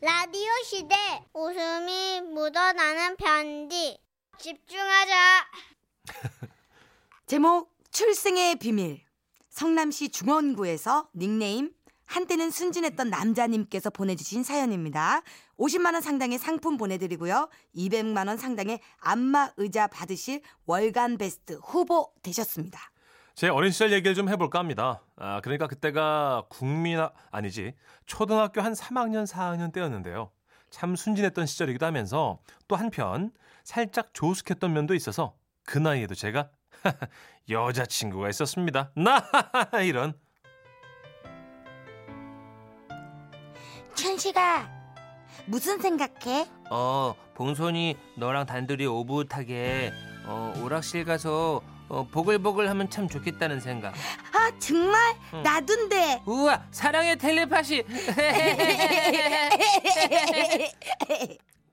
라디오 시대 웃음이 묻어나는 편지 집중하자 제목 출생의 비밀 성남시 중원구에서 닉네임 한때는 순진했던 남자님께서 보내주신 사연입니다. 50만 원 상당의 상품 보내드리고요. 200만 원 상당의 안마 의자 받으실 월간 베스트 후보 되셨습니다. 제 어린 시절 얘기를 좀 해볼까 합니다. 아, 그러니까 그때가 국민학, 아니지, 초등학교 한 3학년, 4학년 때였는데요. 참 순진했던 시절이기도 하면서 또 한편 살짝 조숙했던 면도 있어서 그 나이에도 제가 여자친구가 있었습니다. 나! 이런. 춘식아 무슨 생각해? 어, 봉선이 너랑 단둘이 오붓하게 어, 오락실 가서 어, 보글보글 하면 참 좋겠다는 생각. 아 정말 응. 나둔데 우와, 사랑의 텔레파시.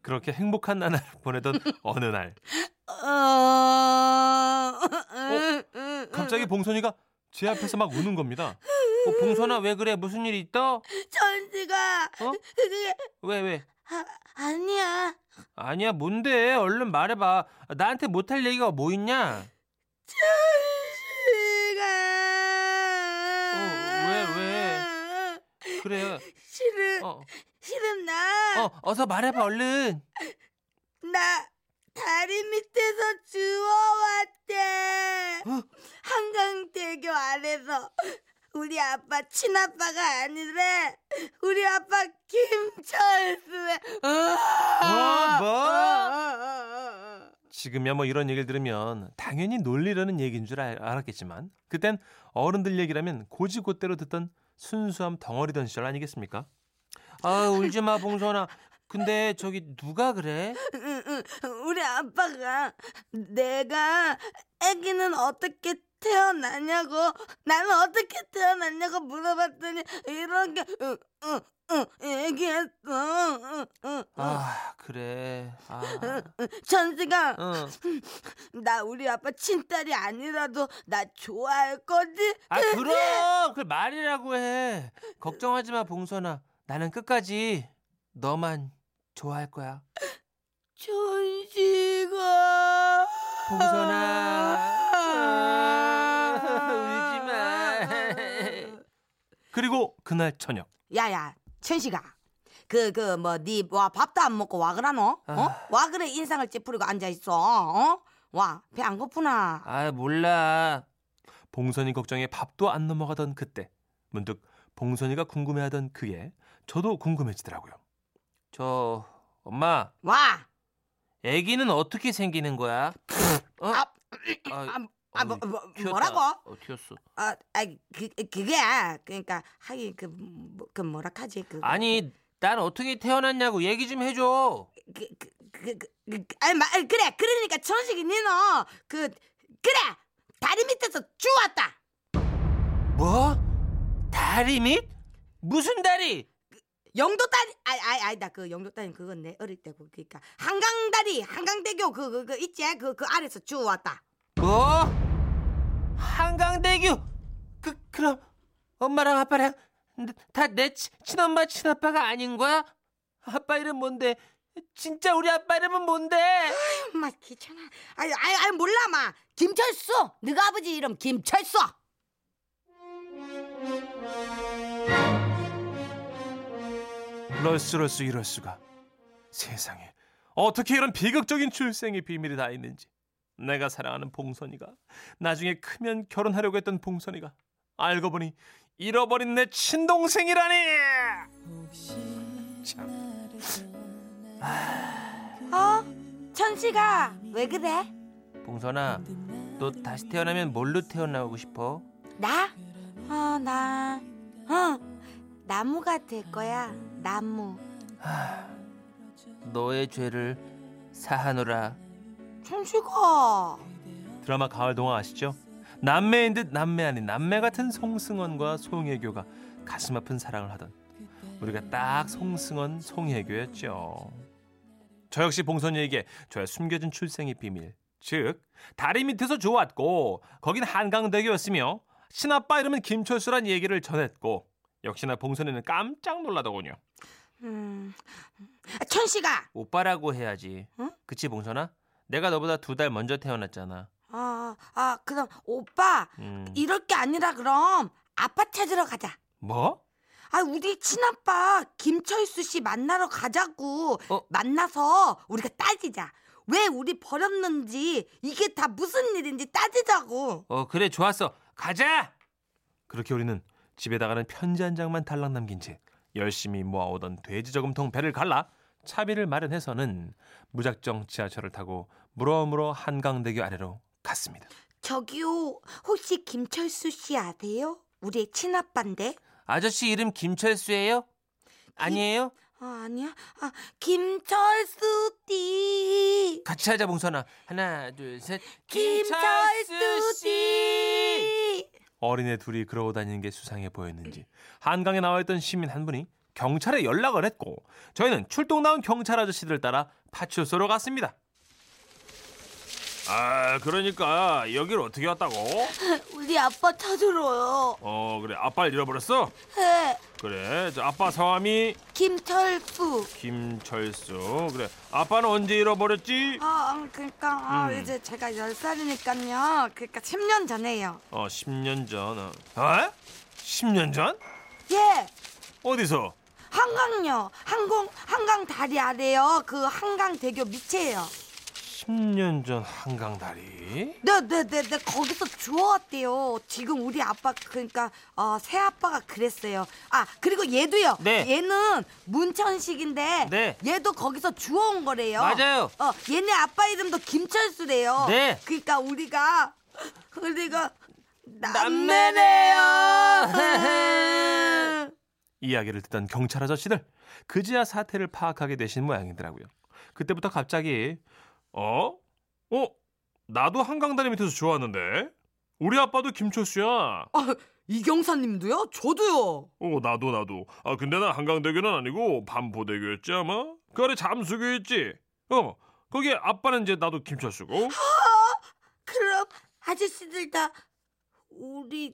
그렇게 행복한 나날을 보내던 어느 날, 어... 갑자기 봉선이가 제 앞에서 막 우는 겁니다. 어, 봉선아 왜 그래? 무슨 일 있어? 천식아 어? 그게 왜 왜? 아, 아니야 아니야, 뭔데? 얼른 말해봐. 나한테 못할 얘기가 뭐 있냐? 천식아 어, 왜, 왜? 그래. 싫음 어, 싫음 나나 어, 어서 말해봐, 얼른. 다리 밑에서 어? 주워왔대 한강대교 아래서 우리 아빠 친아빠가 아니래 우리 아빠 김철수의 어? 아. 어, 뭐? 뭐? 뭐? 지금이야 뭐 이런 얘기를 들으면 당연히 놀리려는 얘기인 줄 알, 알았겠지만 그땐 어른들 얘기라면 고지고대로 듣던 순수함 덩어리던 시절 아니겠습니까? 아, 울지 마, 봉선아. 근데 저기 누가 그래? 응, 응. 우리 아빠가 내가 아기는 어떻게 태어나냐고 나는 어떻게 태어났냐고 물어봤더니 이렇게 응, 응, 응, 얘기했어 응, 응, 응. 아, 그래. 아. 천식아 어? 응. 나 우리 아빠 친딸이 아니라도 나 좋아할 거지 아 그럼 그걸 말이라고 해 걱정하지 마 봉선아 나는 끝까지 너만 좋아할 거야 천식아 아. 봉선아 울지마 그리고 그날 저녁 야야 천식아 그 그 뭐 니 와 밥도 안 먹고 와 그러노? 어? 아. 와 그래 인상을 찌푸리고 앉아 있어. 어? 와 배 안 고프나? 아 몰라 봉선이 걱정에 밥도 안 넘어가던 그때 문득 봉선이가 궁금해하던 그게 저도 궁금해지더라고요. 저 엄마 와. 애기는 어떻게 생기는 거야 어? 아, 아, 아, 뭐, 어이, 뭐, 튀었다. 뭐라고? 어, 튀었어 아, 아, 그, 그게, 그니까, 하긴, 그, 뭐, 그, 뭐라 하지? 그, 아니 난 어떻게 태어났냐고 얘기 좀 해줘 그, 그, 그, 그, 그, 아니, 마, 아니, 그래, 그러니까, 천식이 니너, 그, 그래! 다리 밑에서 주웠다! 뭐? 다리 밑? 무슨 다리? 영도 다리, 아, 아, 아니다, 그, 영도 다리, 그건 내 어릴 때고, 그니까, 한강 다리, 한강대교, 그, 그, 그, 있지? 그, 그 아래서 주웠다. 뭐? 한강대교? 그 그럼 엄마랑 아빠랑 다 내 친엄마 친아빠가 아닌 거야? 아빠 이름 뭔데? 진짜 우리 아빠 이름은 뭔데? 엄마 귀찮아. 아유, 아유, 아유 몰라 마. 김철수. 네가 아버지 이름 김철수. 럴수럴수 이럴 수가 세상에 어떻게 이런 비극적인 출생의 비밀이 다 있는지 내가 사랑하는 봉선이가 나중에 크면 결혼하려고 했던 봉선이가 알고 보니 잃어버린 내 친동생이라니 참 어? 천식아 왜 그래? 봉선아, 너 다시 태어나면 뭘로 태어나고 싶어? 나? 어 나. 어 나무가 될 거야. 나무. 너의 죄를 사하노라. 천식아. 드라마 가을 동화 아시죠? 남매인 듯 남매 아닌 남매 같은 송승헌과 송혜교가 가슴 아픈 사랑을 하던 우리가 딱 송승헌 송혜교였죠. 저 역시 봉선이에게 저의 숨겨진 출생의 비밀 즉 다리 밑에서 좋았고 거긴 한강대교였으며 친아빠 이름은 김철수란 얘기를 전했고 역시나 봉선이는 깜짝 놀라더군요. 음. 아, 천 씨가. 오빠라고 해야지. 응? 그치 봉선아? 내가 너보다 두 달 먼저 태어났잖아. 아, 아, 그럼 오빠 음. 이럴 게 아니라 그럼 아빠 찾으러 가자. 뭐? 아, 우리 친아빠 김철수 씨 만나러 가자고. 어? 만나서 우리가 따지자. 왜 우리 버렸는지 이게 다 무슨 일인지 따지자고. 어 그래 좋았어. 가자. 그렇게 우리는 집에다가는 편지 한 장만 달랑 남긴 채 열심히 모아오던 돼지 저금통 배를 갈라 차비를 마련해서는 무작정 지하철을 타고 무러무러 한강대교 아래로 갔습니다. 저기요, 혹시 김철수 씨 아세요? 우리의 친아빠인데. 아저씨 이름 김철수예요? 아니에요? 아, 아니야. 아, 김철수 띠. 같이 하자 봉선아. 하나 둘 셋. 김철수 띠. 어린애 둘이 그러고 다니는 게 수상해 보였는지 한강에 나와 있던 시민 한 분이 경찰에 연락을 했고 저희는 출동 나온 경찰 아저씨들 따라 파출소로 갔습니다. 아 그러니까 여길 어떻게 왔다고? 우리 아빠 찾으러요. 어 그래 아빠를 잃어버렸어? 네, 그래 저 아빠 성함이 김철수. 김철수 그래 아빠는 언제 잃어버렸지? 아, 그러니까 아, 음. 이제 제가 열 살이니까요. 그러니까 10년 전에요. 어 10년 전 어? 어? 10년 전? 예. 어디서? 한강요. 항공 한강 다리 아래요. 그 한강 대교 밑에요. 10년 전 한강 다리? 네, 네, 네, 네. 거기서 주워왔대요. 지금 우리 아빠 그러니까 어, 새 아빠가 그랬어요. 아, 그리고 얘도요. 네. 얘는 문천식인데 네. 얘도 거기서 주워온 거래요. 맞아요. 어, 얘네 아빠 이름도 김철수래요. 네. 그러니까 우리가 우리가 남매네요. 이야기를 듣던 경찰 아저씨들 그제야 사태를 파악하게 되신 모양이더라고요. 그때부터 갑자기 어? 어? 나도 한강다리 밑에서 좋았는데 우리 아빠도 김철수야. 어 이경사님도요? 저도요. 나도 나도. 아 근데 나 한강대교는 아니고 반포대교였지 아마. 그 아래 잠수교였지. 어 거기 아빠는 이제 나도 김철수고. 그럼 아저씨들 다 우리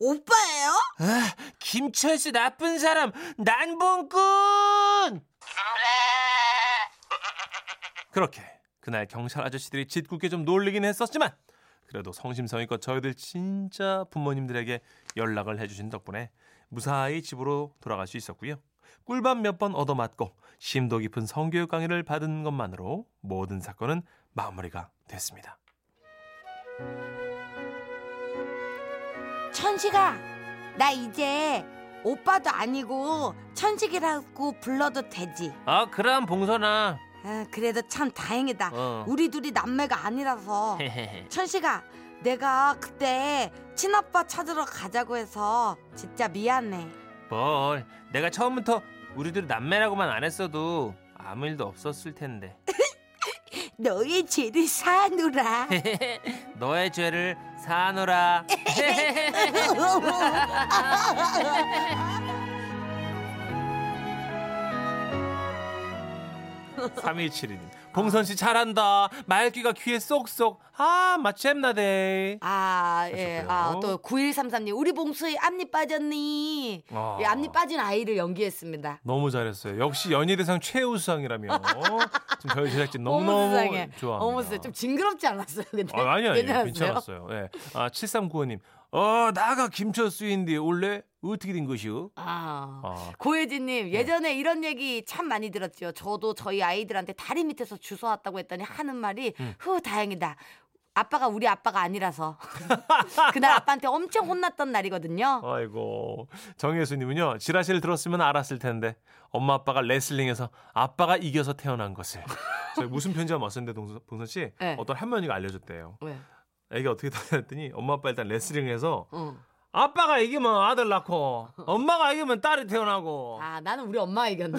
오빠예요? 아, 김철수 나쁜 사람 난봉꾼 그렇게 그날 경찰 아저씨들이 짓궂게 좀 놀리긴 했었지만 그래도 성심성의껏 저희들 진짜 부모님들에게 연락을 해주신 덕분에 무사히 집으로 돌아갈 수 있었고요. 꿀밤 몇 번 얻어맞고 심도 깊은 성교육 강의를 받은 것만으로 모든 사건은 마무리가 됐습니다. 천식아, 나 이제 오빠도 아니고 천식이라고 불러도 되지. 어 그럼 봉선아 아, 그래도 참 다행이다. 어. 우리 둘이 남매가 아니라서. 헤헤헤. 천식아, 내가 그때 친아빠 찾으러 가자고 해서 진짜 미안해. 뭘 내가 처음부터 우리들 남매라고만 안 했어도 아무 일도 없었을 텐데 너의 죄를 사누라. 너의 죄를 사노라 삼일칠이 봉선 씨 잘한다. 말귀가 귀에 쏙쏙. 아 마침나대. 아, 예. 하셨고요. 아, 또 9133님. 우리 봉수의 앞니 빠졌니? 아. 예, 앞니 빠진 아이를 연기했습니다. 너무 잘했어요. 역시 연예대상 최우수상이라며. 지금 저희 제작진 어머 너무너무 세상에. 좋아합니다. 어머 세상에. 좀 징그럽지 않았어요? 근데? 아, 아니 아니 괜찮았어요? 괜찮았어요. 예. 아 7395님. 어 나가 김철수인데 원래 어떻게 된 것이오? 아. 아 고혜진님 예전에 이런 얘기 참 많이 들었죠. 저도 저희 아이들한테 다리 밑에서 주워 왔다고 했더니 하는 말이 음. 후 다행이다. 아빠가 우리 아빠가 아니라서 그날 아빠한테 엄청 혼났던 날이거든요. 어. 아이고 정혜수님은요 지라시를 들었으면 알았을 텐데 엄마 아빠가 레슬링에서 아빠가 이겨서 태어난 것을. 저희 무슨 편지가 왔었는데 동선, 봉선 씨 네. 어떤 할머니가 알려줬대요. 왜? 애가 어떻게 다녔더니 엄마 아빠 일단 레슬링해서 응. 아빠가 이기면 아들 낳고 엄마가 이기면 딸이 태어나고. 아 나는 우리 엄마가 이겼네.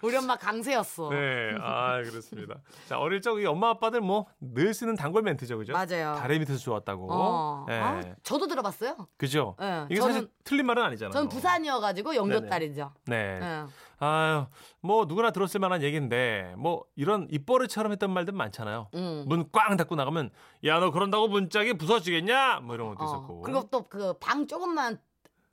우리 엄마 강세였어. 네, 아 그렇습니다. 자 어릴 적이 엄마 아빠들 뭐 늘 쓰는 단골 멘트죠, 그죠? 맞아요. 다리 밑에서 좋았다고. 어. 예. 아, 저도 들어봤어요. 그죠? 예, 이게 저는- 사실 틀린 말은 아니잖아요. 전 부산이어가지고 네네. 영도 딸이죠. 네. 예. 아유, 뭐 누구나 들었을 만한 얘기인데 뭐 이런 입버릇처럼 했던 말들 많잖아요. 음. 문 꽝 닫고 나가면 야 너 그런다고 문짝이 부서지겠냐? 뭐 이런 것도 어, 있었고. 그리고 또 그 방 조금만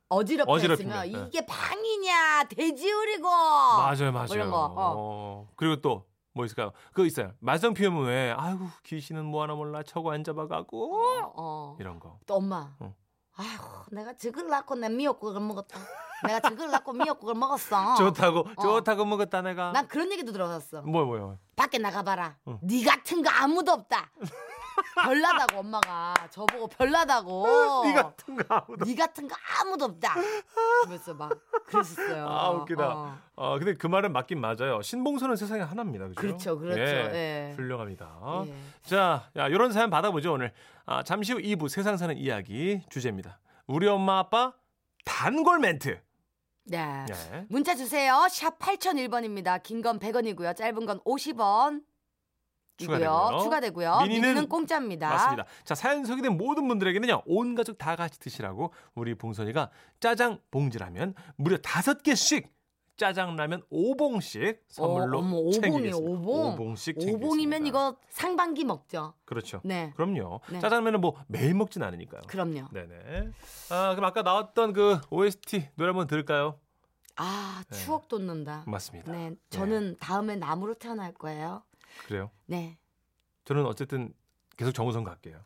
어지럽다 어지럽히면, 했으면 네. 이게 방이냐 돼지우리고 맞아요, 맞아요. 이런 거, 어. 어, 그리고 또 뭐 있을까요? 그거 있어요. 말썽 피우면 왜? 아이고 귀신은 뭐 하나 몰라. 저거 안 잡아가고 어. 이런 거. 또 엄마 예. 어. 아휴 내가 즈글 낳고 내 미역국을 먹었다 내가 즈글 낳고 미역국을 먹었어 좋다고 어. 좋다고 먹었다 내가. 난 그런 얘기도 들어봤어 뭐야 뭐야. 밖에 나가봐라 음. 어. 네 같은 거 아무도 없다 별나다고 엄마가 저보고 별나다고 이 같은 거 아무도. 네 같은 거 아무도 없다 그러면서 막 그랬었어요 아, 웃기다. 어. 어 근데 그 말은 맞긴 맞아요. 신봉선은 세상에 하나입니다. 그죠? 그렇죠 그렇죠 예. 훌륭합니다. 예. 자, 야, 이런 사연 받아보죠 오늘. 아, 잠시 후 2부 세상 사는 이야기 주제입니다. 우리 엄마 아빠 단골 멘트. 네. 예. 문자 주세요. 샵 8001번입니다. 긴 건 100원이고요. 짧은 건 50원. 추가되고요. 추가되고요. 미니는 미니는 공짜입니다. 맞습니다. 자, 사연 소개된 모든 분들에게는요. 온 가족 다 같이 드시라고 우리 봉선이가 짜장 봉지라면 무려 다섯 개씩 짜장 라면 5봉씩 선물로 어, 어머, 오봉이에요, 챙기겠습니다. 오봉. 씩 챙기겠습니다. 오봉이면 이거 상반기 먹죠. 그렇죠. 네. 그럼요. 네. 짜장면은 뭐 매일 먹진 않으니까요. 그럼요. 네네. 아, 그럼 아까 나왔던 그 OST 노래 한번 들을까요? 아, 네. 추억 돋는다. 맞습니다. 네. 저는 다음에 나무로 태어날 거예요. 그래요. 네. 저는 어쨌든 계속 정우성 갈게요.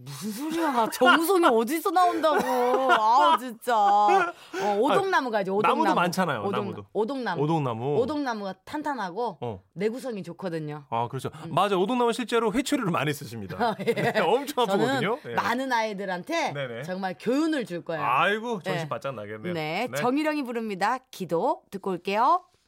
무슨 소리야. 정우성이 어디서 나온다고. 아우, 진짜. 어, 오동나무 가야지, 오동나무. 나무도 많잖아요, 오동나- 나무도. 오동나무. 오동나무. 음. 오동나무가 탄탄하고 어. 내구성이 좋거든요. 아, 그렇죠. 맞아. 오동나무 실제로 회초리를 많이 쓰십니다. 음. 예. 네, 엄청 아프거든요. 저는 예. 많은 아이들한테 네네. 정말 교훈을 줄 거예요. 아이고, 정신 네. 바짝 나겠네요. 네, 정희령이 부릅니다. 기도 듣고 올게요.